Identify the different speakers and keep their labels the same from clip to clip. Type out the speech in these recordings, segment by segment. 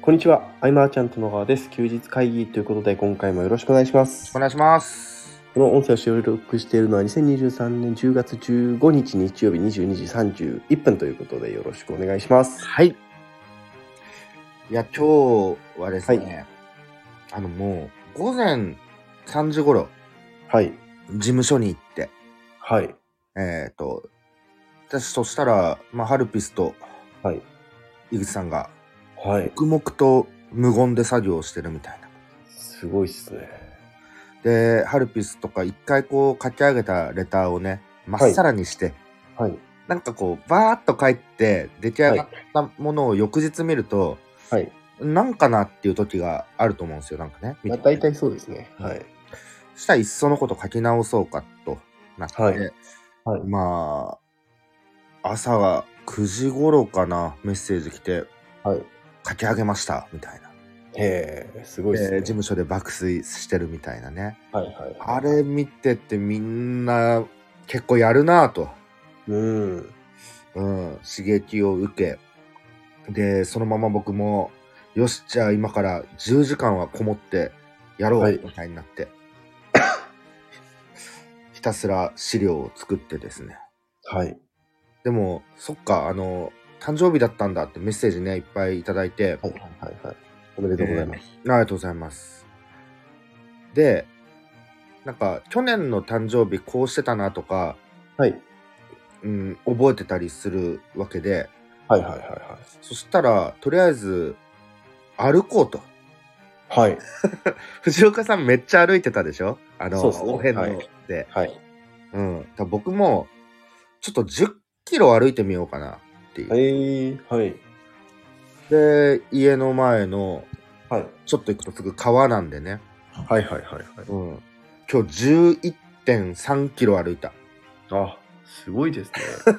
Speaker 1: こんにちは、アイマーちゃんと野川です。休日会議ということで、今回もよろしくお願いします。
Speaker 2: お願いします。
Speaker 1: この音声を収録しているのは2023年10月15日日曜日22時31分ということで、よろしくお願いします。
Speaker 2: はい。いや、今日はですね、あのもう、午前3時頃、
Speaker 1: はい。
Speaker 2: 事務所に行って、
Speaker 1: はい。
Speaker 2: えっ、と、私、そしたら、まあ、ハルピスと、
Speaker 1: はい。
Speaker 2: 井口さんが、
Speaker 1: はい。
Speaker 2: 黙々と無言で作業をしてるみたいな。
Speaker 1: すごいっすね。
Speaker 2: で、ハルピスとか、一回こう、書き上げたレターをね、まっさらにして、
Speaker 1: はい。
Speaker 2: なんかこう、バーっと書いて、出来上がったものを翌日見ると、
Speaker 1: はい。
Speaker 2: なんかなっていう時があると思うんですよ、なんかね。
Speaker 1: まあ、大体そうですね。はい。
Speaker 2: そしたらいっそのこと書き直そうかとなって、
Speaker 1: はいはい
Speaker 2: まあ、朝は9時頃かな、メッセージ来て、
Speaker 1: はい。
Speaker 2: 書き上げました、みたいな。
Speaker 1: へえ、すごい
Speaker 2: で
Speaker 1: っすね。
Speaker 2: 事務所で爆睡してるみたいなね。
Speaker 1: はいはい。
Speaker 2: あれ見ててみんな結構やるなぁと、
Speaker 1: うん。
Speaker 2: うん、刺激を受け、で、そのまま僕も、よし、じゃあ今から10時間はこもってやろ
Speaker 1: は
Speaker 2: う、
Speaker 1: い
Speaker 2: みたいになって、 ひたすら資料を作ってですね。
Speaker 1: はい。
Speaker 2: でも、そっか、あの、誕生日だったんだってメッセージね、いっぱいいただいて、
Speaker 1: はいはいはいはい。おめでとうございます。
Speaker 2: ありがとうございます。で、なんか、去年の誕生日こうしてたなとか、
Speaker 1: はい。
Speaker 2: うん、覚えてたりするわけで、
Speaker 1: はいはいは
Speaker 2: そしたら、とりあえず、歩こうと。
Speaker 1: いはい。はい。
Speaker 2: 藤岡さんめっちゃ歩いてたでしょあの、
Speaker 1: そうっすね
Speaker 2: お遍路
Speaker 1: はい
Speaker 2: で。
Speaker 1: はい。
Speaker 2: うん。だから僕も、ちょっと10キロ歩いてみようかなっていう。
Speaker 1: えー、はい。
Speaker 2: で、家の前の、
Speaker 1: はい。
Speaker 2: ちょっと行くとすぐ川なんでね。
Speaker 1: はいはいはいはい。
Speaker 2: うん。今日11.3キロ歩いた。
Speaker 1: あ、すごいですね。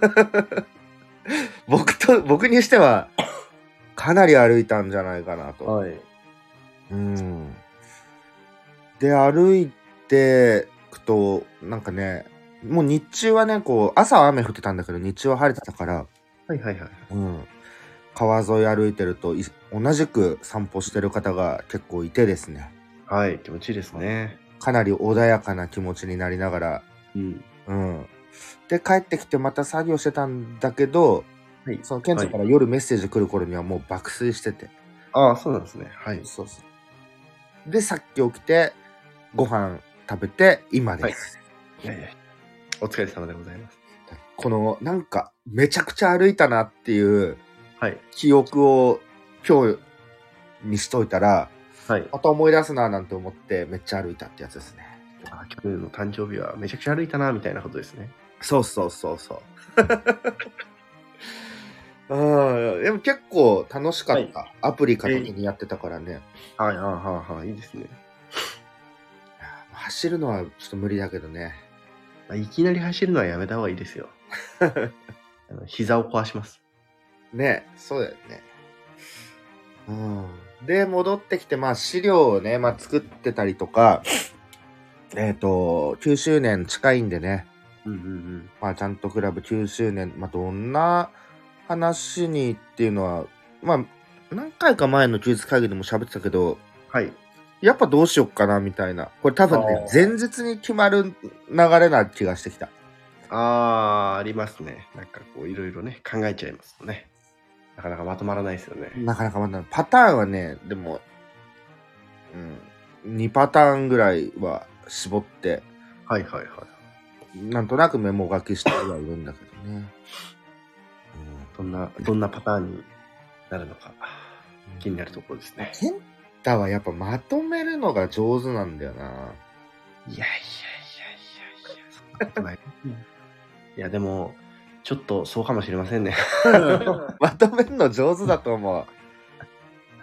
Speaker 2: 僕と、僕にしては、かなり歩いたんじゃないかな と。
Speaker 1: はい。
Speaker 2: うん。で、歩いてくと、なんかね、もう日中はね、こう、朝は雨降ってたんだけど、日中は晴れてたから、
Speaker 1: はいはいはい。
Speaker 2: うん。川沿い歩いてると、い同じく散歩してる方が結構いてですね、
Speaker 1: はい、気持ちいいですね。
Speaker 2: かなり穏やかな気持ちになりながら、
Speaker 1: うん。
Speaker 2: うん。で、帰ってきてまた作業してたんだけど、
Speaker 1: はい
Speaker 2: その、ケンちゃんから夜メッセージ来る頃にはもう爆睡してて。
Speaker 1: ああ、そうなんですね。はい。
Speaker 2: そうそう。で、さっき起きて、ご飯食べて、今です。
Speaker 1: はいいやいやお疲れ様でございます。
Speaker 2: このなんかめちゃくちゃ歩いたなっていう
Speaker 1: はい。
Speaker 2: 記憶を今日にしといたら
Speaker 1: はい。
Speaker 2: また思い出すななんて思ってめっちゃ歩いたってやつですね
Speaker 1: あ去年の誕生日はめちゃくちゃ歩いたな、みたいなことですね。
Speaker 2: そうそうそうそううんでも結構楽しかった、アプリ片手にやってたからね、
Speaker 1: はい、ああ、はあ、はあ、いいですね。
Speaker 2: 走るのはちょっと無理だけどね
Speaker 1: まあいきなり走るのはやめた方がいいです よ。あの膝を壊します。
Speaker 2: ねそうだよねうんで戻ってきてまあ資料をね、まあ、作ってたりとかえっ、と9周年近いんでね
Speaker 1: うんうんうん。
Speaker 2: まあちゃんとクラブ9周年まあどんな話にっていうのはまあ何回か前の休日会議でも喋ってたけど
Speaker 1: はい。
Speaker 2: やっぱどうしよっかなみたいなこれ多分ね
Speaker 1: あ
Speaker 2: 前日に決まる流れな気がしてきた
Speaker 1: ああ、ありますね。なんかこう、いろいろね、考えちゃいますとね。なかなかまとまらないですよね。
Speaker 2: なかなかまだパターンはね、でも、うん、2パターンぐらいは絞って、
Speaker 1: はいはいはい。
Speaker 2: なんとなくメモ書きしてはいるんだけどね。
Speaker 1: どんな、どんなパターンになるのか、 気になるところですね。
Speaker 2: ケンタはやっぱまとめるのが上手なんだよ
Speaker 1: い
Speaker 2: な。
Speaker 1: やいやいやいやいや、そんなことない。いや、でも、ちょっとそうかもしれませんね。
Speaker 2: まとめるの上手だと思う。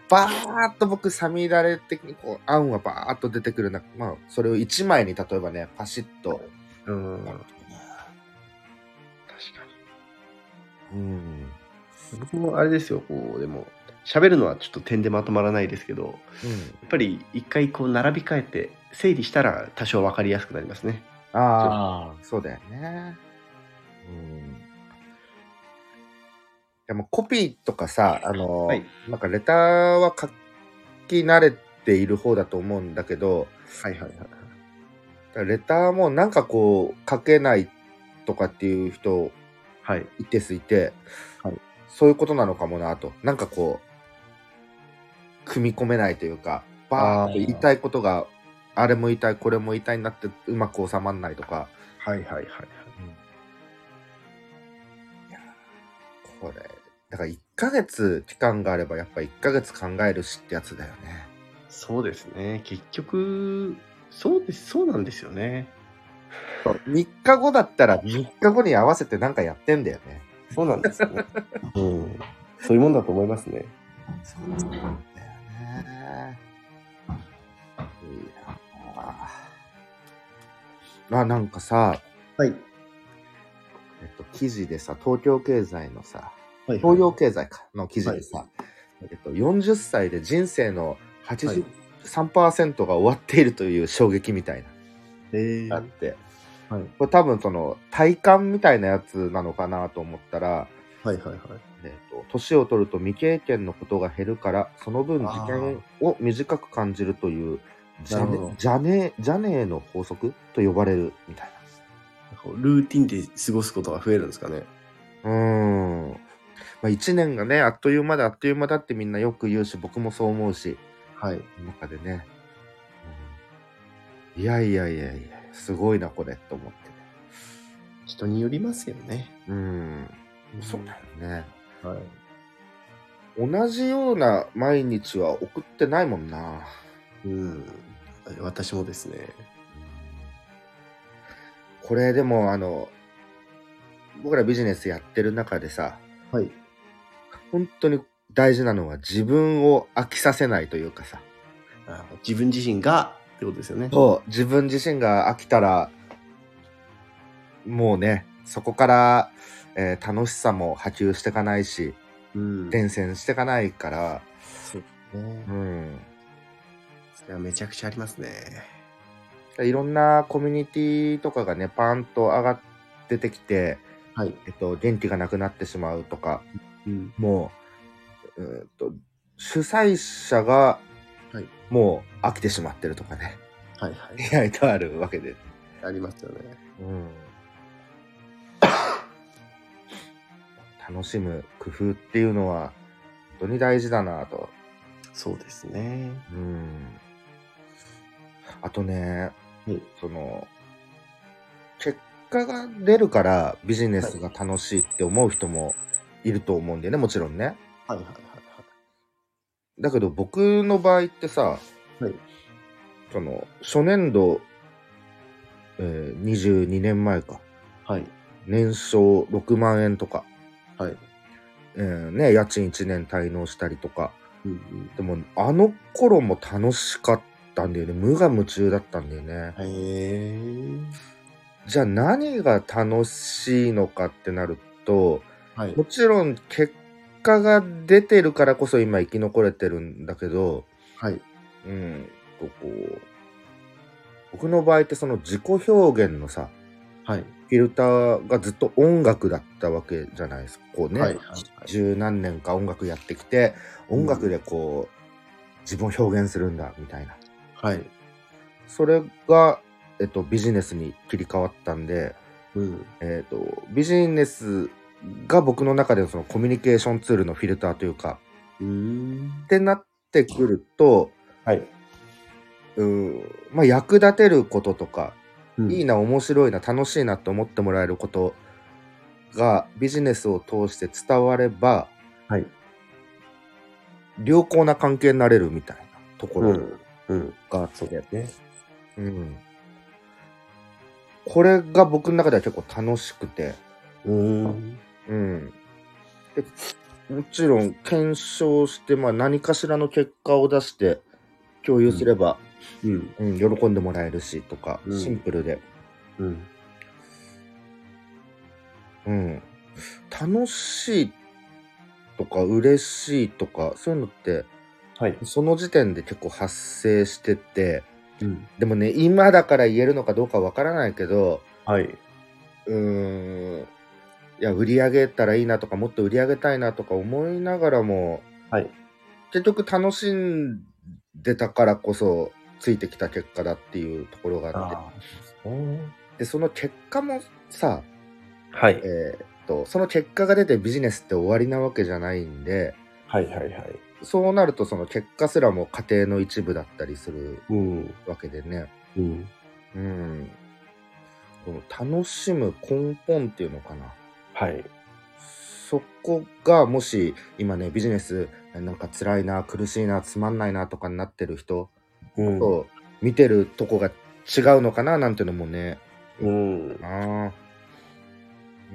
Speaker 2: バーっと僕、サミダレ的にこう、案がバーっと出てくるな。まあ、それを1枚に例えばね、パシッと。
Speaker 1: うん。確か
Speaker 2: うん。
Speaker 1: に。僕もあれですよ、こう、でも、喋るのはちょっと点でまとまらないですけど、や
Speaker 2: うん。
Speaker 1: っぱり一回こう、並び替えて、整理したら多少わかりやすくなりますね。
Speaker 2: ああ、そうだよね。うん。でもコピーとかさ、あの、
Speaker 1: はい
Speaker 2: なんかレターは書き慣れている方だと思うんだけど、
Speaker 1: はいはいはい。
Speaker 2: レターもなんかこう書けないとかっていう人
Speaker 1: はい。
Speaker 2: 一定数いて、
Speaker 1: はい
Speaker 2: そういうことなのかもなと、なんかこう、組み込めないというか、バーっと言いたいことが、あれも言いたい、これも言いたいになって、うまく収まんないとか、
Speaker 1: はいはいはいはい。
Speaker 2: いやーこれ、だから1ヶ月期間があれば、やっぱ1ヶ月考えるしってやつだよね。
Speaker 1: そうですね。結局、そうです、そうなんですよね。
Speaker 2: 3日後だったら3日後に合わせてなんかやってんだよね。
Speaker 1: そうなんですよね。 うん。そういうもんだと思いますね。
Speaker 2: そうなんだよね。いやーあ、なんかさ、
Speaker 1: はい。
Speaker 2: えっと、記事でさ、東京経済のさ、
Speaker 1: はい、
Speaker 2: 東洋経済かの記事でさ、えっと、40歳で人生の83%が終わっているという衝撃みたいな。
Speaker 1: えー、
Speaker 2: あっ
Speaker 1: は
Speaker 2: て、
Speaker 1: はい
Speaker 2: これ多分その体感みたいなやつなのかなと思ったら、
Speaker 1: いはいはい。
Speaker 2: えー、と年を取ると未経験のことが減るからその分
Speaker 1: あー
Speaker 2: 時間を短く感じるというジ
Speaker 1: な
Speaker 2: ャ
Speaker 1: るほ
Speaker 2: ネ
Speaker 1: ど
Speaker 2: ジャネジャネーの法則と呼ばれるみたい
Speaker 1: ルーティンで過ごすことが増えるんですかね。
Speaker 2: な。うーんまあ、1年がねあっという間だあっという間だってみんなよく言うし僕もそう思うし
Speaker 1: はい。
Speaker 2: 中でね、うんいやいやいやいやすごいなこれと思ってね
Speaker 1: 人によりますよね。
Speaker 2: うんそうだよね、
Speaker 1: はい。
Speaker 2: 同じような毎日は送ってないもんな。
Speaker 1: うん。私もですね。
Speaker 2: これでもあの僕らビジネスやってる中でさ
Speaker 1: はい。
Speaker 2: 本当に大事なのは自分を飽きさせないというかさ
Speaker 1: あ自分自身がってことですよね。
Speaker 2: そう自分自身が飽きたらもうねそこから、えー楽しさも波及していかないし
Speaker 1: うん。
Speaker 2: 伝染していかないか
Speaker 1: ね
Speaker 2: ら、うん、
Speaker 1: それはめちゃくちゃありますね。
Speaker 2: いろんなコミュニティとかがねパーンと上がっててきて、
Speaker 1: はい。
Speaker 2: えっと、元気がなくなってしまうとか、
Speaker 1: うん。
Speaker 2: もう、うーんと主催者が
Speaker 1: はい、
Speaker 2: もう飽きてしまってるとかね、
Speaker 1: はいは
Speaker 2: 意外とあるわけで。
Speaker 1: い。ありますよね。
Speaker 2: うん、 楽しむ工夫っていうのは、本当に大事だなと。
Speaker 1: そうですね。
Speaker 2: うん。あとね、
Speaker 1: はい
Speaker 2: その、結果が出るからビジネスが楽しいって思う人もいると思うんだよね、もちろんね。
Speaker 1: はいはいはい
Speaker 2: だけど僕の場合ってさ、
Speaker 1: はい
Speaker 2: その初年度、えー22年前か
Speaker 1: はい。はい。
Speaker 2: 年商6万円とか、
Speaker 1: はい。
Speaker 2: えーね、家賃1年滞納したりとか
Speaker 1: うんうん。
Speaker 2: でもあの頃も楽しかったんだよね無我夢中だったんだよね
Speaker 1: へえ
Speaker 2: じゃあ何が楽しいのかってなると
Speaker 1: はい
Speaker 2: もちろん結果が出てるからこそ今生き残れてるんだけど、
Speaker 1: はい
Speaker 2: うんとこう僕の場合ってその自己表現のさ
Speaker 1: はい
Speaker 2: フィルターがずっと音楽だったわけじゃないですかこうね、
Speaker 1: はいはい
Speaker 2: 十何年か音楽やってきて音楽でこう、自分を表現するんだみたいな
Speaker 1: はい。
Speaker 2: それが、えっと、ビジネスに切り替わったんで、
Speaker 1: うん。
Speaker 2: えっとビジネスが僕の中でのそのコミュニケーションツールのフィルターというか
Speaker 1: うーん
Speaker 2: っ。てなってくると、
Speaker 1: はい。
Speaker 2: うんまあ、役立てることとかいい
Speaker 1: い
Speaker 2: な、面白いな、楽しいなって思ってもらえることがビジネスを通して伝われば、
Speaker 1: はい
Speaker 2: 良好な関係になれるみたいなとこ
Speaker 1: う
Speaker 2: ろ
Speaker 1: ん。うん。
Speaker 2: があって、
Speaker 1: そうだよね。
Speaker 2: うんこれが僕の中では結構楽しくて、
Speaker 1: うーん。
Speaker 2: うん、でもちろん検証して、まあ、何かしらの結果を出して共有すれば、
Speaker 1: うん。
Speaker 2: うん喜んでもらえるしとか、
Speaker 1: うん
Speaker 2: シンプルで
Speaker 1: うん。
Speaker 2: うん、楽しいとか嬉しいとかそういうのって
Speaker 1: はい。
Speaker 2: その時点で結構発生してて
Speaker 1: うん。
Speaker 2: でもね今だから言えるのかどうかわからないけど
Speaker 1: はい。
Speaker 2: うーんいや、売り上げたらいいなとか、もっと売り上げたいなとか思いながらも、
Speaker 1: はい
Speaker 2: 結局楽しんでたからこそ、ついてきた結果だっていうところがあって、
Speaker 1: ああ、うん
Speaker 2: で、その結果もさ、
Speaker 1: はい
Speaker 2: え。ーっと、その結果が出てビジネスって終わりなわけじゃないんで、
Speaker 1: はいはいはい。
Speaker 2: そうなるとその結果すらも過程の一部だったりする
Speaker 1: うん。
Speaker 2: わけでね、
Speaker 1: うん。
Speaker 2: うん。この楽しむ根本っていうのかな。
Speaker 1: はい。
Speaker 2: そこがもし今ねビジネスなんか辛いな苦しいなつまんないなとかになってる人
Speaker 1: うん。
Speaker 2: と見てるとこが違うのかななんてのもね
Speaker 1: うん。
Speaker 2: なあ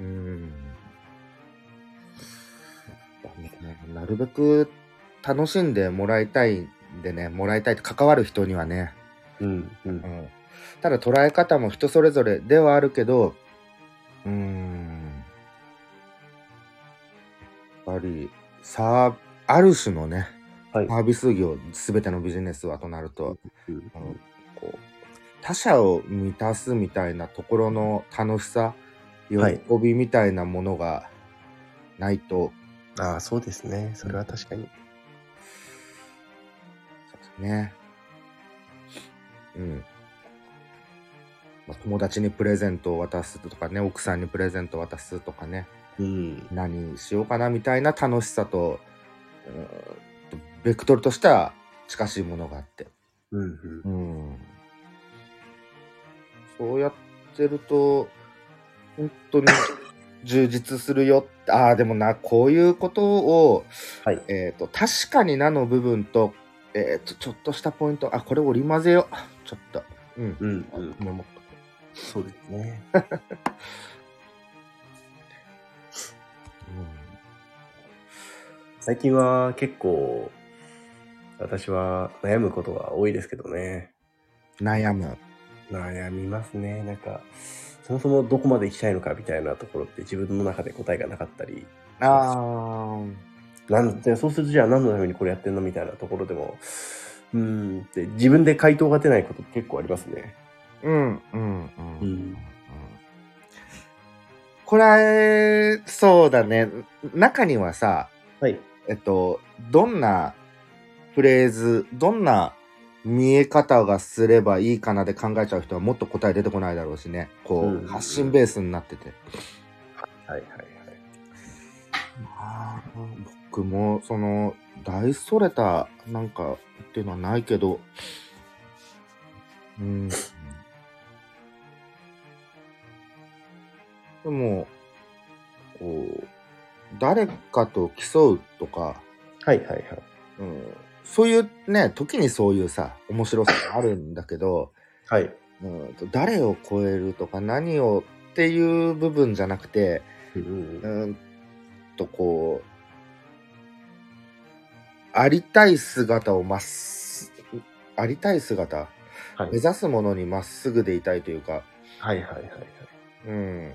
Speaker 2: うんだねなるべく楽しんでもらいたいんでねもらいたいって関わる人にはね、
Speaker 1: うん。う。
Speaker 2: うんん、ただ捉え方も人それぞれではあるけどうんやっぱりさある種のね
Speaker 1: はい
Speaker 2: サービス業全てのビジネスはとなると、
Speaker 1: うん
Speaker 2: うんこう他者を満たすみたいなところの楽しさ喜
Speaker 1: はい
Speaker 2: びみたいなものがないと、
Speaker 1: ああ、そうですね。それは確かに。
Speaker 2: そうですね。うん。まあ友達にプレゼントを渡すとかね、奥さんにプレゼントを渡すとかね、
Speaker 1: うん。
Speaker 2: 何しようかなみたいな楽しさと、うーんとベクトルとしては近しいものがあって。
Speaker 1: うん。うん
Speaker 2: うん。そうやってると、本当に充実するよ。ああ、でもな、こういうことを、
Speaker 1: はい
Speaker 2: えっ、と、確かになの部分と、えっ、と、ちょっとしたポイント、あ、これ織り交ぜよう。ちょっと。うん。
Speaker 1: うん。うん。
Speaker 2: メモっとこ
Speaker 1: そうですね。
Speaker 2: う
Speaker 1: 最近は結構、私は悩むことが多いですけどね。
Speaker 2: うん悩む。
Speaker 1: 悩みますね。なんか、そもそもどこまで行きたいのかみたいなところって自分の中で答えがなかったり、
Speaker 2: ああ。
Speaker 1: なんでそうするとじゃあ何のためにこれやってんのみたいなところでも、うーんって自分で回答が出ないこと結構ありますね。
Speaker 2: うん、うん、
Speaker 1: う
Speaker 2: うんん。これ、そうだね。中にはさ、
Speaker 1: はい。
Speaker 2: えっと、どんなフレーズ、どんな見え方がすればいいかなで考えちゃう人はもっと答え出てこないだろうしね。こう、
Speaker 1: うん
Speaker 2: 発信ベースになってて。
Speaker 1: はいはいはい。
Speaker 2: あー僕も、その、大それた、なんか、っていうのはないけど、うん。でも、こう、誰かと競うとか、
Speaker 1: はいはいはい。
Speaker 2: うんそういうね、時にそういうさ、面白さがあるんだけど、
Speaker 1: はい。
Speaker 2: うんと、誰を超えるとか何をっていう部分じゃなくて、
Speaker 1: うんうん
Speaker 2: う
Speaker 1: うん
Speaker 2: んとこう、ありたい姿をまっす、ありたい姿、
Speaker 1: はい
Speaker 2: 目指すものにまっすぐでいたいというか、
Speaker 1: はいはいはいはい。
Speaker 2: うん、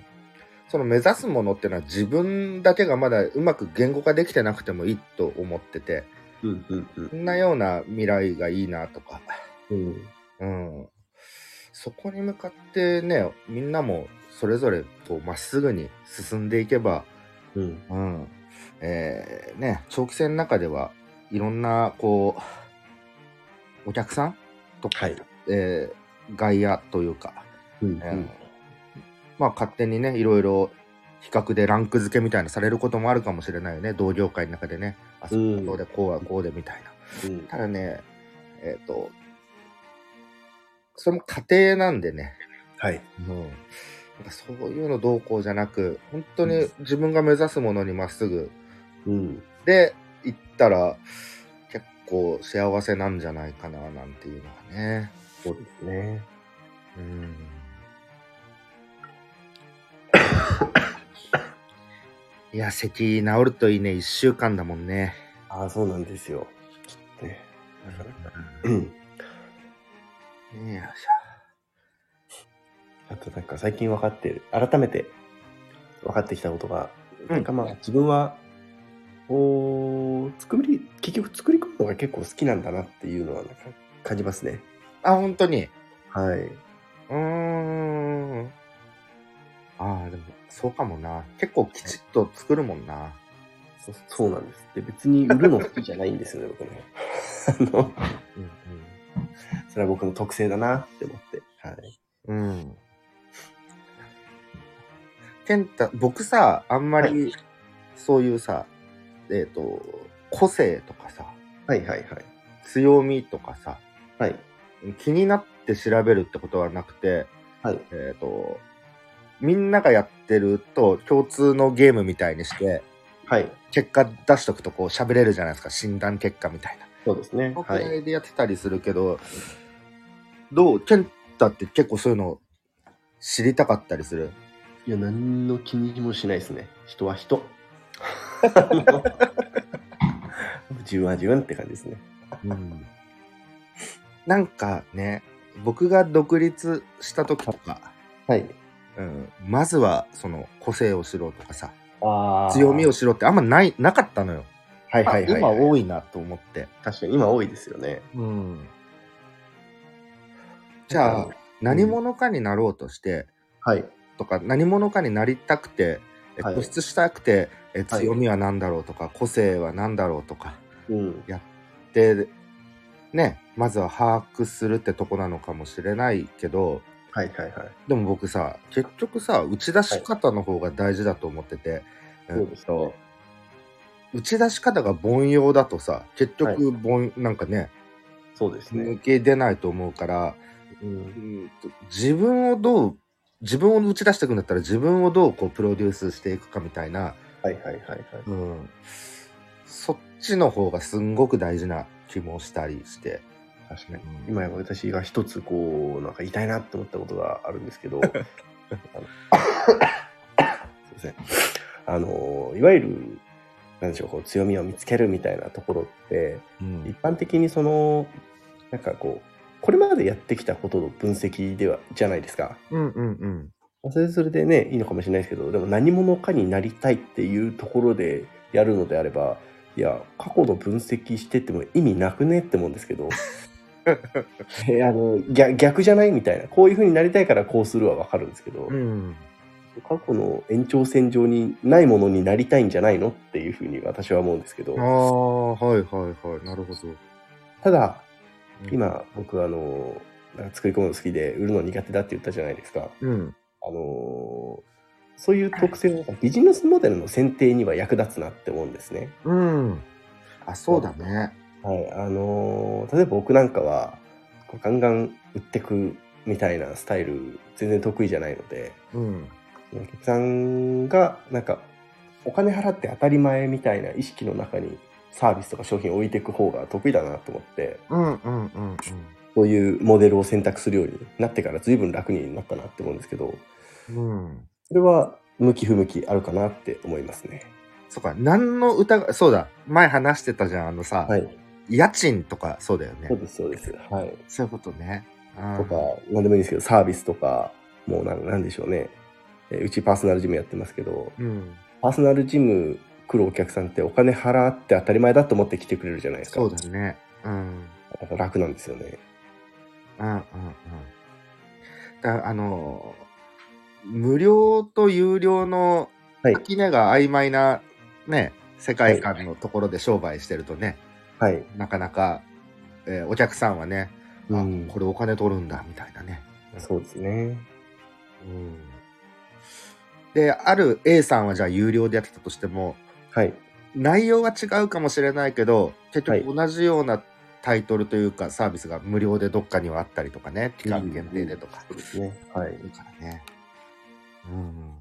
Speaker 2: その目指すものってのは自分だけがまだうまく言語化できてなくてもいいと思ってて、
Speaker 1: うんうんうん
Speaker 2: そんなような未来がいいなとか、
Speaker 1: うん。
Speaker 2: うん、そこに向かってねみんなもそれぞれこうまっすぐに進んでいけば、
Speaker 1: うん。
Speaker 2: うんえーね、長期戦の中ではいろんなこうお客さんとか、
Speaker 1: はい
Speaker 2: えー外野というか、
Speaker 1: うんう
Speaker 2: えー
Speaker 1: ん。
Speaker 2: まあ勝手にねいろいろ比較でランク付けみたいなされることもあるかもしれないよね同業界の中でねあそこはどうでこうはこうでみたいな。
Speaker 1: うん
Speaker 2: ただね、えっ、と、それも過程なんでね、
Speaker 1: はい。
Speaker 2: うん、なんかそういうのどうこうじゃなく、本当に自分が目指すものにまっすぐ
Speaker 1: うん。
Speaker 2: で行ったら、結構幸せなんじゃないかな、なんていうのがね。
Speaker 1: そうですね。
Speaker 2: うん。いや、咳治るといいね、1週間だもんね。
Speaker 1: ああ、そうなんですよ。ちょっとね。なかなか。
Speaker 2: うん、よいしょ
Speaker 1: あとなんか最近分かってる、改めて分かってきたことが、
Speaker 2: うん
Speaker 1: なんかまあ自分は、おー作り、結局作り込むのが結構好きなんだなっていうのはなんか感じますね。
Speaker 2: あ、本当に。
Speaker 1: はい。
Speaker 2: うーん。ああ、でも、そうかもな。結構きちっと作るもんな。
Speaker 1: そうそうなんです。で、別に売るの好きじゃないんですよね、 僕ね。あの、
Speaker 2: うん
Speaker 1: それは僕の特性だなって思って。はい。
Speaker 2: うん。うん。健太、僕さ、あんまり、そういうさ、えっ、と、個性とかさ、
Speaker 1: はいはいはい。
Speaker 2: 強みとかさ、
Speaker 1: はい。
Speaker 2: 気になって調べるってことはなくて、
Speaker 1: はい。
Speaker 2: えっ、と、みんながやってると共通のゲームみたいにして、
Speaker 1: はい。
Speaker 2: 結果出しとくとこう喋れるじゃないですか、診断結果みたいな。
Speaker 1: そうですね。
Speaker 2: この
Speaker 1: は
Speaker 2: くら
Speaker 1: い。
Speaker 2: いでやってたりするけど、どう健太って結構そういうの知りたかったりする
Speaker 1: いや、何の気にもしないですね。人は 人。じゅわじゅんって感じですね。
Speaker 2: なんかね、僕が独立した時とか、
Speaker 1: はい。
Speaker 2: うん、まずはその個性を知ろうとかさ、
Speaker 1: あ
Speaker 2: 強みを
Speaker 1: し
Speaker 2: 知ろうってあんまない、なかったのよ。
Speaker 1: はいはいはい、
Speaker 2: 今多
Speaker 1: い。
Speaker 2: いなと思って。
Speaker 1: 確かに今多いですよね。
Speaker 2: じゃあ、何
Speaker 1: うん
Speaker 2: 者かになろうとして、
Speaker 1: はい。
Speaker 2: とか何者かになりたくてえ
Speaker 1: はい
Speaker 2: 突出したくて、え
Speaker 1: はい
Speaker 2: 強みは何だろうとか、個性は何だろうとか
Speaker 1: うん。
Speaker 2: でねまずは把握するってとこなのかもしれないけど
Speaker 1: はいはいはい。
Speaker 2: でも僕さ結局さ打ち出し方の方が大事だと思ってて、
Speaker 1: そうですね
Speaker 2: うんと打ち出し方が凡庸だとさ結局凡、なんかね
Speaker 1: そうですね
Speaker 2: 抜。け出ないと思うから、
Speaker 1: うん。
Speaker 2: うんと自分をどう自分を打ち出していくんだったら自分をどうこうプロデュースしていくかみたいな、
Speaker 1: はいはいはいはい。
Speaker 2: うん、そっちの方がすんごく大事な気もしたりして、
Speaker 1: 確かに。
Speaker 2: うん
Speaker 1: 今私が一つこうなんか痛いなって思ったことがあるんですけどあのすいませんあのいわゆるなんでしょうこう強みを見つけるみたいなところって
Speaker 2: うん
Speaker 1: 一般的にそのなんかこうこれまでやってきたことの分析ではじゃないですか。
Speaker 2: うんうんうん
Speaker 1: まあそれはそれでねいいのかもしれないですけどでも何者かになりたいっていうところでやるのであればいや過去の分析してても意味なくねって思うんですけどえあの逆逆じゃないみたいなこういうふうになりたいからこうするはわかるんですけど、
Speaker 2: うん
Speaker 1: 過去の延長線上にないものになりたいんじゃないのっていうふうに私は思うんですけど
Speaker 2: ああはいはいはいなるほど
Speaker 1: ただ今僕あのなんか作り込むの好きで売るの苦手だって言ったじゃないですか。
Speaker 2: うん
Speaker 1: あのーそういう特性がビジネスモデルの選定には役立つなって思うんですね。
Speaker 2: うんあそうだね
Speaker 1: はい。あのー例えば僕なんかは、こうガンガン売ってくみたいなスタイル全然得意じゃないので、
Speaker 2: うん
Speaker 1: お客さんがなんかお金払って当たり前みたいな意識の中にサービスとか商品を置いていく方が得意だなと思って、
Speaker 2: うんうんうん
Speaker 1: そういうモデルを選択するようになってから随分楽になったなって思うんですけど、
Speaker 2: うんうん
Speaker 1: それは向き不向きあるかなって思いますね。
Speaker 2: そうか何の歌がそうだ前話してたじゃんあのさ、
Speaker 1: はい。
Speaker 2: 家賃とかそうだよね
Speaker 1: そうです、そうです。はい。
Speaker 2: そういうことね。
Speaker 1: とか、なんでもいいんですけど、サービスとか、もうなんなんでしょうね。えーうちパーソナルジムやってますけど、
Speaker 2: うん。
Speaker 1: パーソナルジム来るお客さんってお金払って当たり前だと思って来てくれるじゃないですか。
Speaker 2: そうだね。うん。
Speaker 1: だから楽なんですよね。
Speaker 2: うんうんうん。だあのー、無料と有料の
Speaker 1: はい
Speaker 2: 垣根が曖昧なね、世界観のところで商売してるとね、
Speaker 1: はい。
Speaker 2: なかなか、えーお客さんはね、
Speaker 1: うん
Speaker 2: あ、これお金取るんだ、みたいなね。
Speaker 1: そうですね。
Speaker 2: うん。で、ある A さんはじゃあ有料でやってたとしても、
Speaker 1: はい。
Speaker 2: 内容は違うかもしれないけど結
Speaker 1: はい
Speaker 2: 局同じようなタイトルというか、サービスが無料でどっかにはあったりとかね期間限定でとか、
Speaker 1: そうですね。はい
Speaker 2: い。るからねうん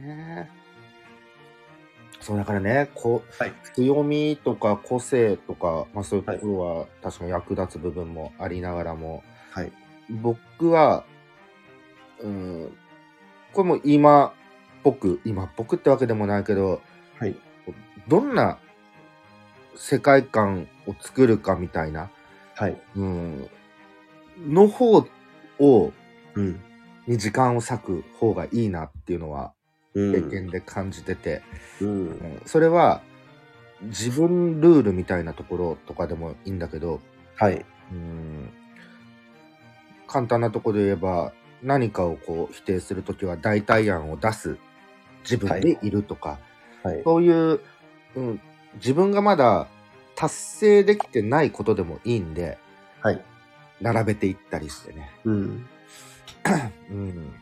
Speaker 2: ねそうだからねこう、
Speaker 1: はい
Speaker 2: 強みとか個性とか、まあ、そういうところは確かに役立つ部分もありながらも、
Speaker 1: はい。
Speaker 2: 僕は、うん、これも今っぽく今っぽくってわけでもないけど、
Speaker 1: はい。
Speaker 2: どんな世界観を作るかみたいな、
Speaker 1: はい。
Speaker 2: うん、の方を、
Speaker 1: うん。
Speaker 2: に時間を割く方がいいなっていうのは
Speaker 1: うん
Speaker 2: 経験で感じてて、
Speaker 1: うん
Speaker 2: うんそれは自分ルールみたいなところとかでもいいんだけど、
Speaker 1: はい。
Speaker 2: うん、簡単なところで言えば、何かをこう否定するときは代替案を出す自分でいるとか、
Speaker 1: はい。
Speaker 2: そういう、うん、自分がまだ達成できてないことでもいいんで、
Speaker 1: はい。
Speaker 2: 並べていったりしてね。
Speaker 1: うん。
Speaker 2: うん。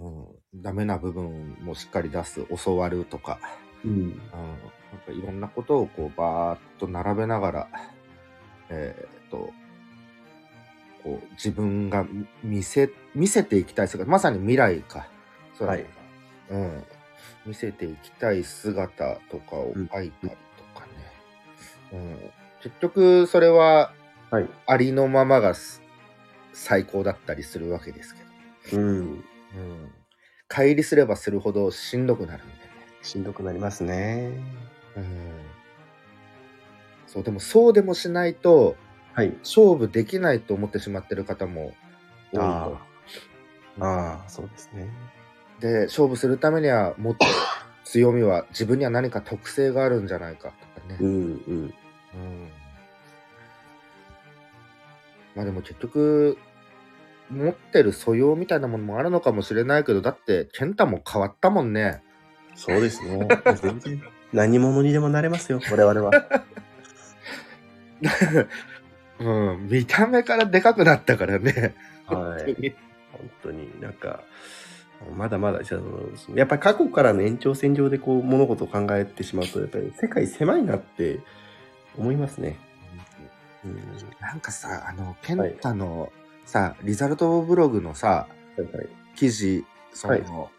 Speaker 2: うん、ダメな部分もしっかり出す、教わるとか、
Speaker 1: うん。
Speaker 2: うん、なんかいろんなことをこうバーッと並べながら、えーっと、こう自分が見せ、見せていきたい姿、まさに未来か。それ
Speaker 1: はい。
Speaker 2: うん。見せていきたい姿とかを描いたりとかね。うん。結局、それは
Speaker 1: はい。
Speaker 2: ありのままがす最高だったりするわけですけど。
Speaker 1: うん。
Speaker 2: うん。乖離すればするほどしんどくなるんでね。
Speaker 1: しんどくなりますね。
Speaker 2: うん。そう、でもそうでもしないと、
Speaker 1: はい。
Speaker 2: 勝負できないと思ってしまってる方も多いと。
Speaker 1: あ。ああ、そうですね。
Speaker 2: で、勝負するためには、もっと強みは、自分には何か特性があるんじゃないかとかね。
Speaker 1: うんうん。
Speaker 2: うんまあでも結局、持ってる素養みたいなものもあるのかもしれないけど、だって、健太も変わったもんね。
Speaker 1: そうです ね。全然何者にでもなれますよ、我々 は。
Speaker 2: うん、見た目からでかくなったからね。
Speaker 1: はい。本当になんか、まだまだ、じゃあそのやっぱり過去からの延長線上でこう物事を考えてしまうと、やっぱり世界狭いなって思いますね。うん。
Speaker 2: なんかさ、あの、健太のさ、リザルトブログのさ、
Speaker 1: はいはい
Speaker 2: 記事、その、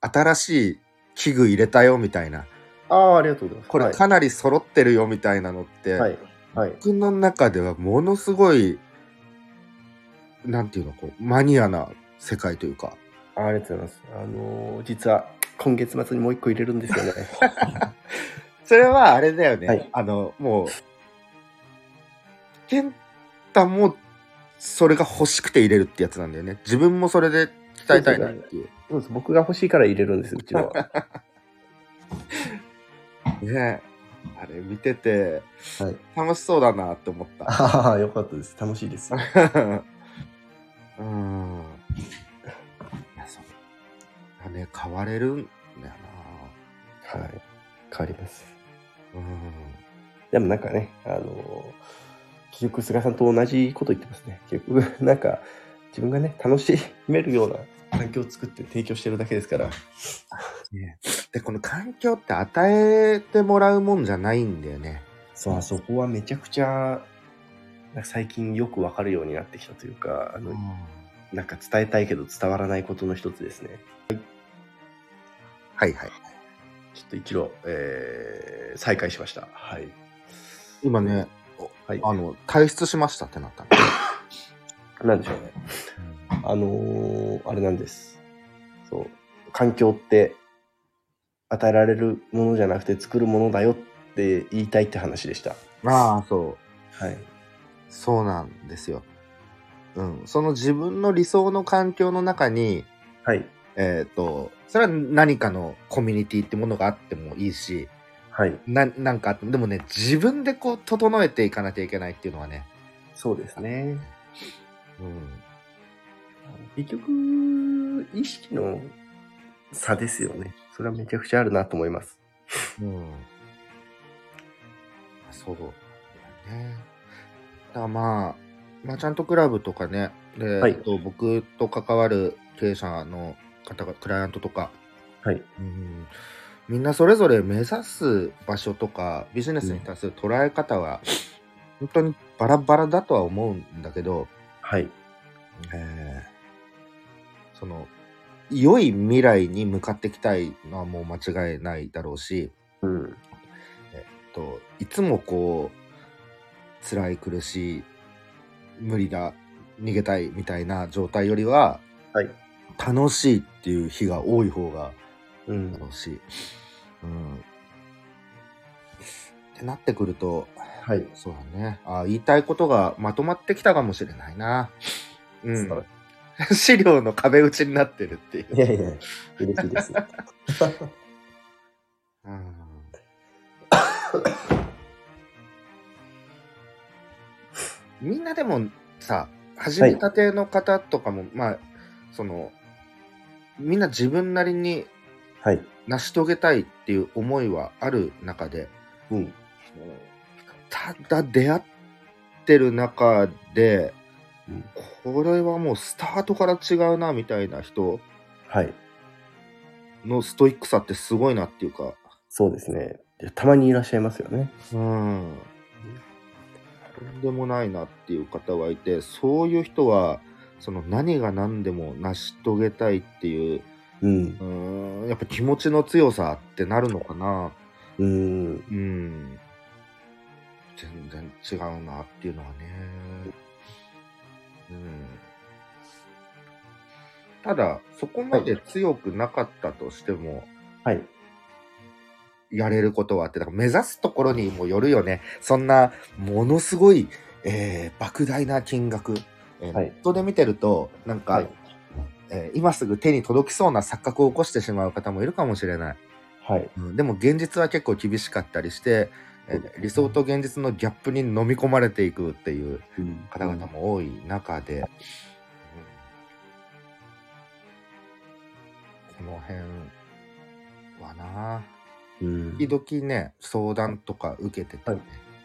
Speaker 2: 新しい器具入れたよみたいな、
Speaker 1: ああ、ありがとうございます。
Speaker 2: これ
Speaker 1: はい
Speaker 2: かなり揃ってるよみたいなのって、
Speaker 1: はい。はい。
Speaker 2: 僕の中ではものすごい、なんていうの、こう、マニアな世界というか。
Speaker 1: あありがとうございます。あのー実は今月末にもう一個入れるんですよ ね。
Speaker 2: それはあれだよね。
Speaker 1: はい
Speaker 2: あの、もう、ケンタもそれが欲しくて入れるってやつなんだよね。自分もそれで伝えたいなっていう。
Speaker 1: そうです。僕が欲しいから入れるんです、うちのは。
Speaker 2: ねあれ見てて、
Speaker 1: はい
Speaker 2: 楽しそうだなって思った。
Speaker 1: ああ、よかったです。楽しいです。
Speaker 2: うーん。いやそうだね、変われるんだよ
Speaker 1: はい。変わります。
Speaker 2: な。うん。
Speaker 1: でもなんかね、あのー結局、菅さんと同じこと言ってますね。結局、 なんか、自分がね、楽しめるような環境を作って提供してるだけですから。
Speaker 2: ねで、この環境って与えてもらうもんじゃないんだよね。
Speaker 1: そう、そこはめちゃくちゃ、なんか最近よくわかるようになってきたというか、あの、なんか伝えたいけど伝わらないことの一つですね。
Speaker 2: はいはい。
Speaker 1: ちょっと一度、えー再開しました。はい。
Speaker 2: 今ね、
Speaker 1: はい。
Speaker 2: あの、退出しましたってなったね。
Speaker 1: なんでしょうね。あのーあれなんです。そう。環境って与えられるものじゃなくて作るものだよって言いたいって話でした。
Speaker 2: ああ、そう。
Speaker 1: はい。
Speaker 2: そうなんですよ。うん。その自分の理想の環境の中に、
Speaker 1: はい。
Speaker 2: えっ、と、それは何かのコミュニティってものがあってもいいし、
Speaker 1: はい。
Speaker 2: ななんかあっても、でもね、自分でこう、整えていかなきゃいけないっていうのはね。
Speaker 1: そうですね。
Speaker 2: うん。
Speaker 1: 結局、意識の差ですよね。それはめちゃくちゃあるなと思います。
Speaker 2: うん。そうだね。だからまあ、まあ、ちゃんとクラブとかね、で、
Speaker 1: はい
Speaker 2: えっと僕と関わる経営者の方が、クライアントとか、
Speaker 1: はい。
Speaker 2: うん、みんなそれぞれ目指す場所とか、ビジネスに対する捉え方は、本当にバラバラだとは思うんだけど、
Speaker 1: はい。
Speaker 2: えーその、良い未来に向かっていきたいのはもう間違いないだろうし、
Speaker 1: うん。
Speaker 2: といつもこう辛い苦しい無理だ逃げたいみたいな状態よりは、
Speaker 1: はい
Speaker 2: 楽しいっていう日が多い方が
Speaker 1: うん。
Speaker 2: 楽しい。うん、ってなってくると
Speaker 1: はい。
Speaker 2: そうだねあ言いたいことがまとまってきたかもしれないな。う
Speaker 1: 素晴ら
Speaker 2: ん、 資料の壁打ちになってるっていう。
Speaker 1: いやいや、嬉しい です。
Speaker 2: うんみんなでもさ始めたての方とかも、まあそのみんな自分なりに
Speaker 1: はい。
Speaker 2: 成し遂げたいっていう思いはある中で
Speaker 1: うん。
Speaker 2: ただ出会ってる中で
Speaker 1: うん
Speaker 2: これはもうスタートから違うなみたいな人
Speaker 1: はい。
Speaker 2: のストイックさってすごいなっていうか
Speaker 1: そうですね。でたまにいらっしゃいますよね。
Speaker 2: うんとんでもないなっていう方がいてそういう人はその何が何でも成し遂げたいっていう
Speaker 1: うん
Speaker 2: う。ーんやっぱ気持ちの強さってなるのかな
Speaker 1: うん。
Speaker 2: うん全然違うなっていうのはねうんただそこまで強くなかったとしても、
Speaker 1: はい。
Speaker 2: やれることはあって、だから目指すところにもよるよね。そんな、ものすごい、えー、莫大な金額。えー
Speaker 1: はい
Speaker 2: ネットで見てると、なんか、
Speaker 1: はい
Speaker 2: えー今すぐ手に届きそうな錯覚を起こしてしまう方もいるかもしれない。
Speaker 1: はい。
Speaker 2: うんでも現実は結構厳しかったりして、え
Speaker 1: そ
Speaker 2: ー
Speaker 1: うですね
Speaker 2: 理想と現実のギャップに飲み込まれていくっていう
Speaker 1: うん
Speaker 2: 方々も多い中で、うんこの辺はな
Speaker 1: うん。
Speaker 2: 時々ね相談とか受けてて、ね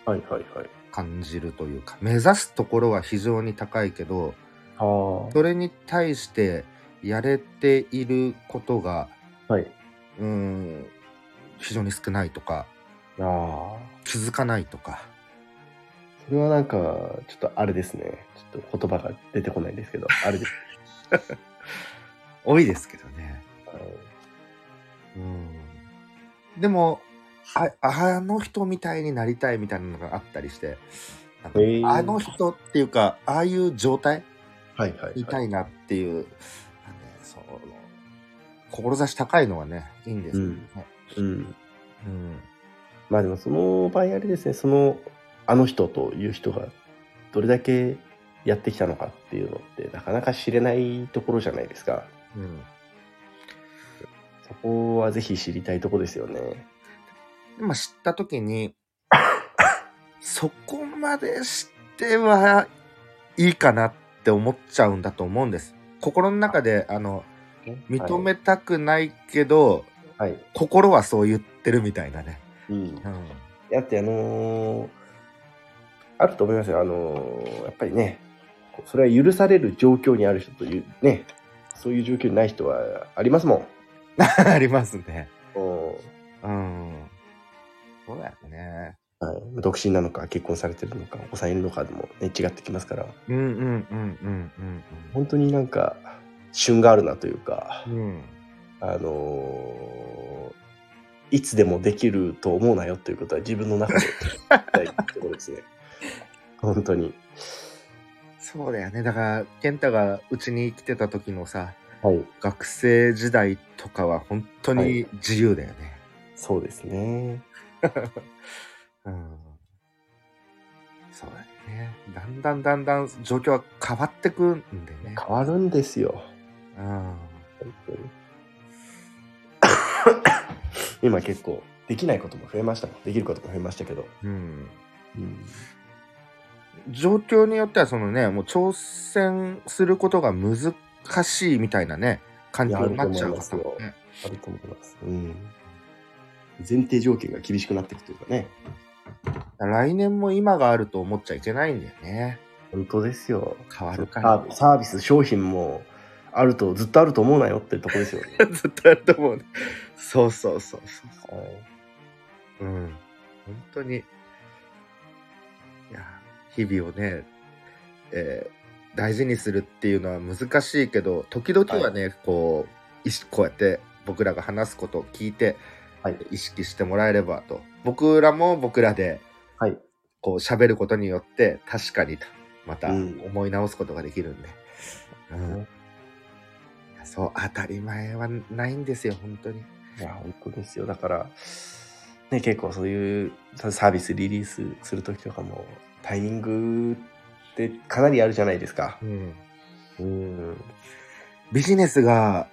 Speaker 1: はいはいはいはい。
Speaker 2: 感じるというか目指すところは非常に高いけど
Speaker 1: ああ。
Speaker 2: それに対してやれていることが
Speaker 1: はい。
Speaker 2: うーん非常に少ないとか
Speaker 1: ああ。
Speaker 2: 気づかないとか
Speaker 1: それはなんか、ちょっとあれですね。ちょっと言葉が出てこないんですけ ど、あれです。
Speaker 2: 多いですけどね。
Speaker 1: はい
Speaker 2: うんでもああの人みたいになりたいみたいなのがあったりしてなんか
Speaker 1: へー
Speaker 2: あの人っていうかああいう状態
Speaker 1: はいはい、はい。
Speaker 2: みたいなっていう、あのねその志高いのはねいいんですけどね。
Speaker 1: うん。
Speaker 2: うん
Speaker 1: まあでもその場合あれですね、その、あの人という人がどれだけやってきたのかっていうのってなかなか知れないところじゃないですか。
Speaker 2: うん
Speaker 1: そこはぜひ知りたいとこですよね。
Speaker 2: でまあ知った時 にそこまでしてはいいかなって思っちゃうんだと思うんです。心の中であの認めたくないけど、
Speaker 1: はい。はい。
Speaker 2: 心はそう言ってるみたいなね。
Speaker 1: うん
Speaker 2: う。ん。
Speaker 1: だってあのーあると思いますよ。あのーやっぱりね、こうそれは許される状況にある人という、ね、そういう状況にない人はありますも
Speaker 2: ありますね。
Speaker 1: ん。うん
Speaker 2: うん。そうだよね。
Speaker 1: はい、独身なのか結婚されてるのかお子さんいるのかでも、ね、違ってきますから
Speaker 2: うんうんうんうんうん
Speaker 1: 本当になんか旬があるなというか
Speaker 2: う、ん。うん。
Speaker 1: あのーいつでもできると思うなよということは自分の中 で大事なところですね本当に
Speaker 2: そうだよね。だから、健太がうちに来てた時のさ、
Speaker 1: はい
Speaker 2: 学生時代とかは本当に自由だよね。
Speaker 1: そうですね
Speaker 2: うん。そうだよね。だんだんだんだん状況は変わってくんでね。
Speaker 1: 変わるんですよ
Speaker 2: うん。
Speaker 1: 本当に今結構できないことも増えましたもんできることも増えましたけど、
Speaker 2: うん。
Speaker 1: うん
Speaker 2: 状況によってはそのねもう挑戦することが難しいみたいなね環境になっちゃう方も
Speaker 1: いや
Speaker 2: ね
Speaker 1: あると思います。うん。前提条件が厳しくなっていくというかね。
Speaker 2: 来年も今があると思っちゃいけないんだよね
Speaker 1: 本当ですよ。
Speaker 2: 変わるか
Speaker 1: サ
Speaker 2: ら
Speaker 1: ーサービス、商品もあると、ずっとあると思うなよってとこ ですよね。
Speaker 2: ずっとあると思うねそうそうそうそ
Speaker 1: はい、
Speaker 2: ううん本当にいや日々をね、えー大事にするっていうのは難しいけど時々はね、こう意識こうやって僕らが話すことを聞いて
Speaker 1: はい
Speaker 2: 意識してもらえればと、僕らも僕らで
Speaker 1: はい。
Speaker 2: こう喋ることによって確かにとまた
Speaker 1: うん
Speaker 2: 思い直すことができるんで、うん
Speaker 1: ね
Speaker 2: いやそう当たり前はないんですよ本当に
Speaker 1: いや、本当ですよ。だから、ね、結構そういうササービスリリースするときとかも、タイミングってかなりあるじゃないですか。うん。
Speaker 2: ビジネスが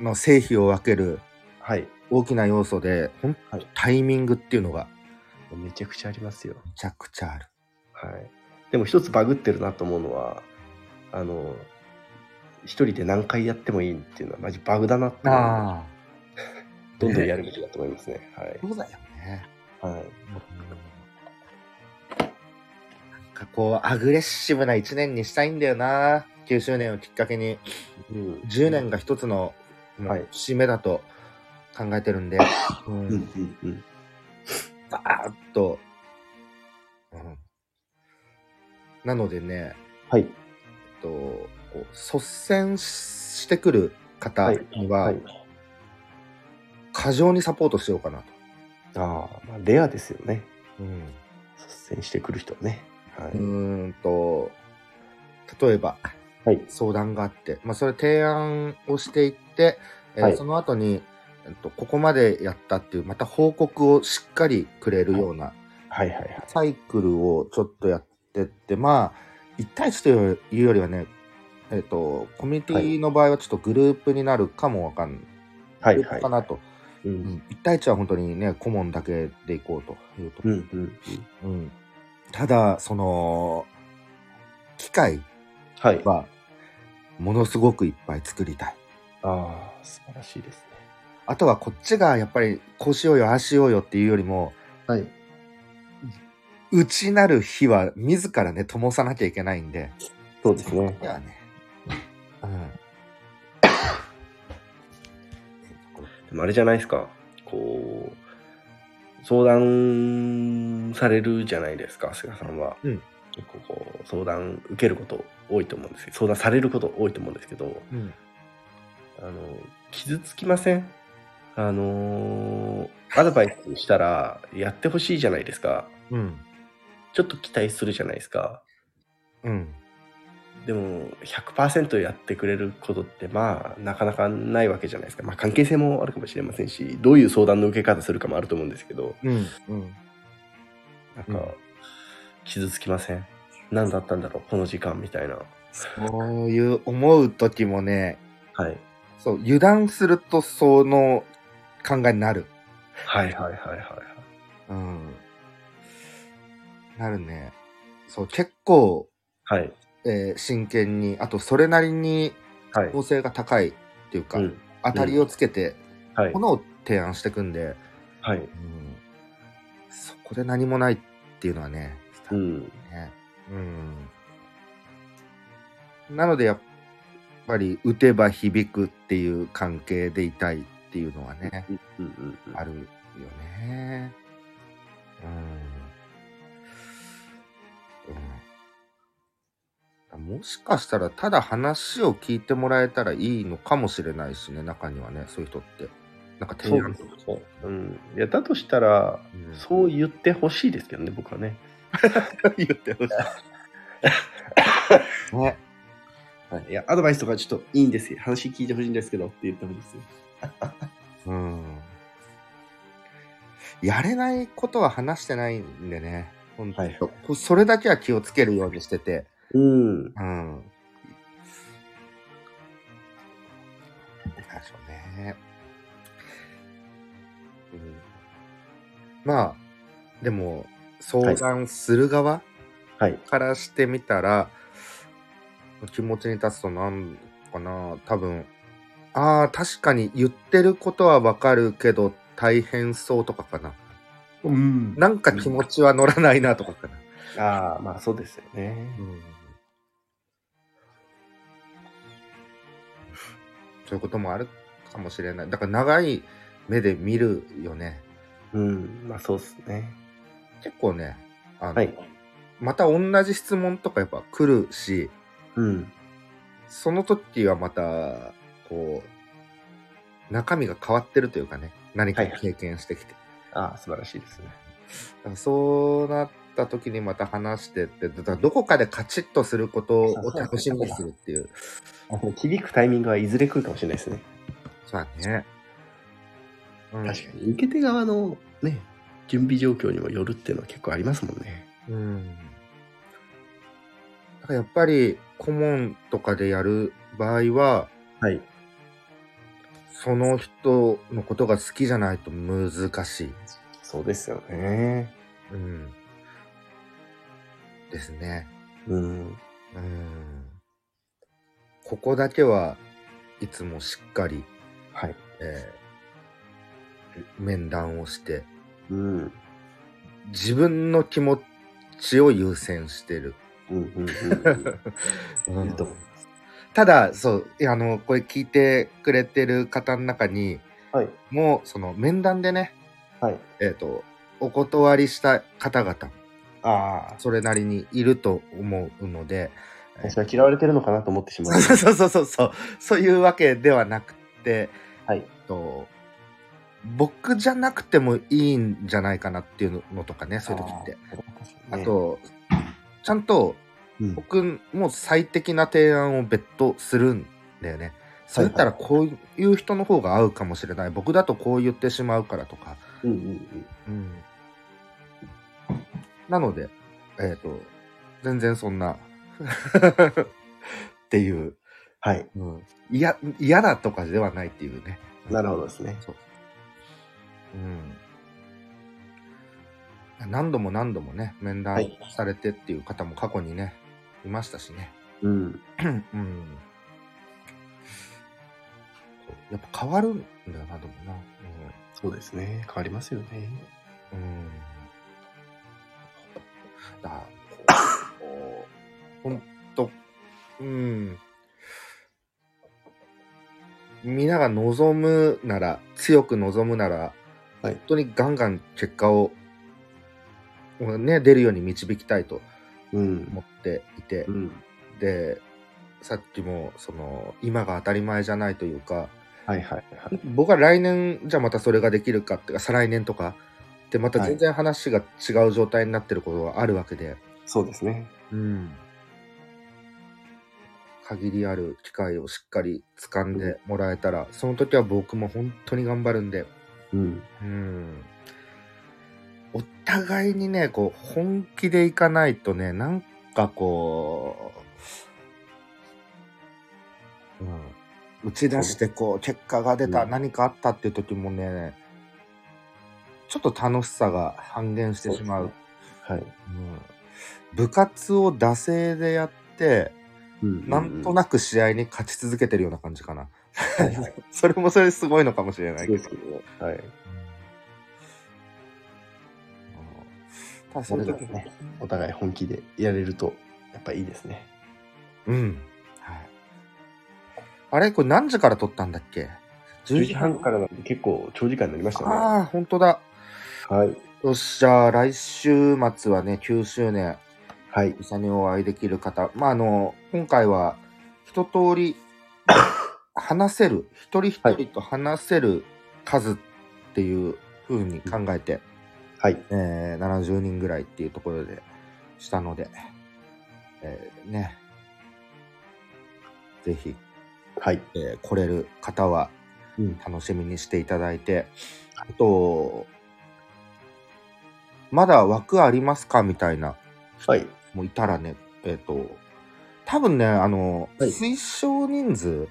Speaker 2: の成否を分ける
Speaker 1: はい。
Speaker 2: 大きな要素で本当
Speaker 1: はい
Speaker 2: タイミングっていうのが
Speaker 1: めちゃくちゃありますよ。
Speaker 2: めちゃくちゃある
Speaker 1: はい。でも一つバグってるなと思うのは、あの一人で何回やってもいいっていうのはマジバグだなって
Speaker 2: ああ。
Speaker 1: どんどんやるべきだと思いますね。はい
Speaker 2: そうだよね。
Speaker 1: はい、
Speaker 2: なんかこう、アグレッシブな一年にしたいんだよな。9周年をきっかけに、
Speaker 1: うん
Speaker 2: 10年が一つの、もう
Speaker 1: はい
Speaker 2: 節目だと考えてるんで、うん
Speaker 1: うんうんうん
Speaker 2: バーッと、うんなのでね、
Speaker 1: はい
Speaker 2: えっと、こう率先してくる方に
Speaker 1: は、
Speaker 2: はい過剰にサポートしようかなと。
Speaker 1: ああまあレアですよね
Speaker 2: うん、
Speaker 1: 率先してくる人はねはいう
Speaker 2: ーんと、例えば、
Speaker 1: はい
Speaker 2: 相談があって、まあ、それ提案をしていって、えー
Speaker 1: はい
Speaker 2: その後に、えっと、ここまでやったっていう、また報告をしっかりくれるような
Speaker 1: はいはいはい
Speaker 2: サイクルをちょっとやってって、まあ、1対1というよりはね、えっと、コミュニティの場合はちょっとグループになるかもわかん
Speaker 1: は
Speaker 2: ない。
Speaker 1: い
Speaker 2: グルー
Speaker 1: は
Speaker 2: プ
Speaker 1: い
Speaker 2: かなと。
Speaker 1: う
Speaker 2: うんん、1対1は本当にね、顧問だけでいこうというとこ
Speaker 1: うんうん
Speaker 2: うん、ただその機械
Speaker 1: はい
Speaker 2: はものすごくいっぱい作りたい
Speaker 1: ああ素晴らしいですね
Speaker 2: あとはこっちがやっぱりこうしようよああしようよっていうよりも
Speaker 1: はいう
Speaker 2: ちなる火は自らね灯さなきゃいけないんで
Speaker 1: そうですね
Speaker 2: いやねうん
Speaker 1: でもあれじゃないですかこう相談されるじゃないですか菅さんは、
Speaker 2: うん
Speaker 1: 結構こう相談受けること多いと思うんですけど相談されること多いと思うんですけど
Speaker 2: うん
Speaker 1: あの傷つきませんあのアドバイスしたらやってほしいじゃないですか
Speaker 2: うん
Speaker 1: ちょっと期待するじゃないですか
Speaker 2: うん
Speaker 1: でも100%やってくれることってまあなかなかないわけじゃないですか、まあ、関係性もあるかもしれませんしどういう相談の受け方するかもあると思うんですけど
Speaker 2: うんう
Speaker 1: な
Speaker 2: ん
Speaker 1: ん
Speaker 2: う
Speaker 1: か
Speaker 2: ん
Speaker 1: 傷つきません何だったんだろうこの時間みたいな
Speaker 2: そういう思う時もね
Speaker 1: はい
Speaker 2: そう油断するとその考えになる
Speaker 1: はいはいはいはいはい
Speaker 2: うん。なるね。そう、結構、
Speaker 1: はい
Speaker 2: えー真剣に、あとそれなりに
Speaker 1: はい
Speaker 2: 構性が高いっていうか、
Speaker 1: うん
Speaker 2: 当たりをつけて、
Speaker 1: はい
Speaker 2: ものを提案してくんで、
Speaker 1: はい
Speaker 2: うんそこで何もないっていうのはね、
Speaker 1: う
Speaker 2: ね
Speaker 1: ん
Speaker 2: うんなので、やっぱり、打てば響くっていう関係でいたいっていうのはね、
Speaker 1: うんうんうん
Speaker 2: あるよね。うん。うん、もしかしたら、ただ話を聞いてもらえたらいいのかもしれないしね、中にはね、そういう人って。なんか提
Speaker 1: そう
Speaker 2: 案
Speaker 1: ですね、うん、いやだとしたら、
Speaker 2: うん
Speaker 1: そう言ってほしいですけどね僕はね
Speaker 2: 言ってほしい。ね。
Speaker 1: いや、アドバイスとかちょっといいんですよ。話聞いてほしいんですけどって言ってほしいですよ。
Speaker 2: うん。やれないことは話してないんでね。本当
Speaker 1: はい
Speaker 2: こうそれだけは気をつけるようにしてて。
Speaker 1: うん。
Speaker 2: うん。なんでしょうね。うん、まあ、でも、相談する側
Speaker 1: はい。
Speaker 2: からしてみたら、気持ちに立つとなんかな、多分、ああ、確かに言ってることはわかるけど、大変そうとかかな。
Speaker 1: うん
Speaker 2: なんか気持ちは乗らないなとかかな。
Speaker 1: ああ、まあそうですよね。
Speaker 2: そういうこともあるかもしれない。だから長い目で見るよね。
Speaker 1: うん。まあそうっすね。
Speaker 2: 結構ね、あの
Speaker 1: はい。
Speaker 2: また同じ質問とかやっぱ来るし、
Speaker 1: うん。
Speaker 2: その時はまた、こう、中身が変わってるというかね、何か
Speaker 1: はいはい
Speaker 2: 経験してきて。
Speaker 1: ああ、素晴らしいですね。
Speaker 2: だからそうなった時にまた話してって、だからどこかでカチッとすることを楽しみにするっていう。
Speaker 1: 響くタイミングはいずれ来るかもしれないですね。
Speaker 2: そうだね。うん
Speaker 1: かに。受け手側のね、準備状況にもよるっていうのは結構ありますもんね。
Speaker 2: うん。だからやっぱり顧問とかでやる場合は、
Speaker 1: はい。
Speaker 2: その人のことが好きじゃないと難しい。
Speaker 1: そうですよね。
Speaker 2: うん。ですね。
Speaker 1: うん。
Speaker 2: うん。ここだけはいつもしっかり、
Speaker 1: はい。
Speaker 2: えー面談をして、
Speaker 1: うん。
Speaker 2: 自分の気持ちを優先してる。
Speaker 1: うんうんうんうん。いると思います。
Speaker 2: ただ、そう、いやあの、これ聞いてくれてる方の中に、
Speaker 1: はい。
Speaker 2: もう、その、面談でね、
Speaker 1: はい。
Speaker 2: えっ、と、お断りした方々、
Speaker 1: あ
Speaker 2: それなりにいると思うので、
Speaker 1: あ。私は嫌われてるのかなと思ってし まう。
Speaker 2: そうそうそうそうそう、そういうわけではなくて、
Speaker 1: はい。
Speaker 2: と僕じゃなくてもいいんじゃないかなっていうのとかね、そういう時って。
Speaker 1: あ
Speaker 2: あ
Speaker 1: ー。
Speaker 2: と、ちゃんと
Speaker 1: うん
Speaker 2: 僕も最適な提案を別途するんだよね。そういったらこういう人の方が合うかもしれない。僕だとこう言ってしまうからとか。
Speaker 1: うんうんうん。
Speaker 2: うん、なので、えっ、と、全然そんな っていう、
Speaker 1: はい。
Speaker 2: うん、いや嫌だとかではないっていうね。
Speaker 1: なるほどですね。
Speaker 2: そう。うん。何度も何度もね、面
Speaker 1: は
Speaker 2: 談
Speaker 1: い
Speaker 2: されてっていう方も過去にね、いましたしね。
Speaker 1: うん。
Speaker 2: うん。そうやっぱ変わるんだよな、でもな。
Speaker 1: そうですね。変わりますよね。
Speaker 2: うん。うん。だこうほんと、うん。みんなが望むなら、強く望むなら、
Speaker 1: はい
Speaker 2: 本当にガンガン結果を、ね、出るように導きたいと
Speaker 1: うん。
Speaker 2: 思っていて、
Speaker 1: うん。
Speaker 2: で、さっきも、その、今が当たり前じゃないというか、
Speaker 1: はいはいはい。
Speaker 2: 僕は来年じゃあまたそれができるかっていうか再来年とかでまた全然話が違う状態になってることはあるわけで、
Speaker 1: そうですね。
Speaker 2: うん限りある機会をしっかり掴んでもらえたら、その時は僕も本当に頑張るんで、
Speaker 1: うん。
Speaker 2: うん、お互いにねこう本気でいかないとねなんかこう、うん、打ち出してこう結果が出た、
Speaker 1: うん
Speaker 2: 何かあったっていう時もねちょっと楽しさが半減してしまう
Speaker 1: そはい。
Speaker 2: うん、部活を惰性でやってなんと
Speaker 1: な
Speaker 2: なく試合に勝ち続けてるような感じかな、
Speaker 1: く、はいはい、
Speaker 2: それもそれすごいのかもしれない
Speaker 1: そう
Speaker 2: け
Speaker 1: で
Speaker 2: ど
Speaker 1: すけどね。はい。
Speaker 2: うんただそういう時ね。
Speaker 1: お互い本気でやれると、やっぱいいですね。
Speaker 2: うん。はい。あれこれ何時から撮ったんだっけ
Speaker 1: 10時半からなんで結構長時間になりましたね。は
Speaker 2: ああ、本当だ。
Speaker 1: い。
Speaker 2: よし、じゃあ来週末はね、9周年、
Speaker 1: はい。
Speaker 2: 久々にお会いできる方。まあ、あの、今回は一通 り話せる、一人一人と話せる数っていう風に考えて、
Speaker 1: はい。
Speaker 2: えー70人ぐらいっていうところでしたので、えーね、ぜひ、
Speaker 1: はい。
Speaker 2: えー来れる方は
Speaker 1: うん。
Speaker 2: 楽しみにしていただいて、あと、まだ枠ありますかみたいな、
Speaker 1: はい。
Speaker 2: もういたらね、えっ、と、多分ね、あの、
Speaker 1: はい
Speaker 2: 推奨人数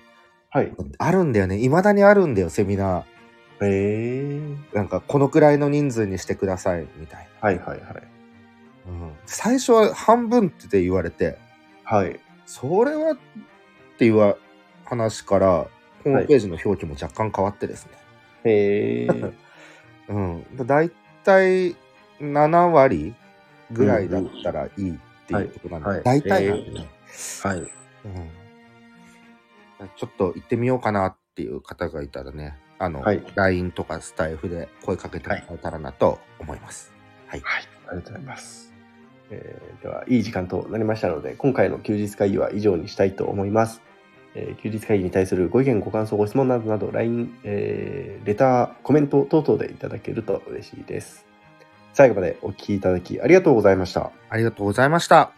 Speaker 1: はい。
Speaker 2: あるんだよね。未だにあるんだよ、セミナ
Speaker 1: えー。
Speaker 2: ー。なんか、このくらいの人数にしてください、みたい
Speaker 1: はいはいはい。
Speaker 2: な。うん、最初は半分って言われて、
Speaker 1: はい。
Speaker 2: それはっていう話から、ホームページの表記も若干変わってですね。
Speaker 1: えー。
Speaker 2: うん、だいたい7割ぐらいだったらいいっていうことなんで、
Speaker 1: うんうんうん
Speaker 2: だ
Speaker 1: はい
Speaker 2: いたい
Speaker 1: は
Speaker 2: ないんでね、
Speaker 1: はい。
Speaker 2: うん、ちょっと行ってみようかなっていう方がいたらね、あの、
Speaker 1: はい
Speaker 2: LINE とかスタイフで声かけてもらえたらなと思います。
Speaker 1: はい、ありがとうございます。えーでは、いい時間となりましたので、今回の休日会議は以上にしたいと思います。えー休日会議に対するご意見、ご感想、ご質問などなど、LINE、えーレター、コメント等々でいただけると嬉しいです。最後までお聞きいただきありがとうございました。
Speaker 2: ありがとうございました。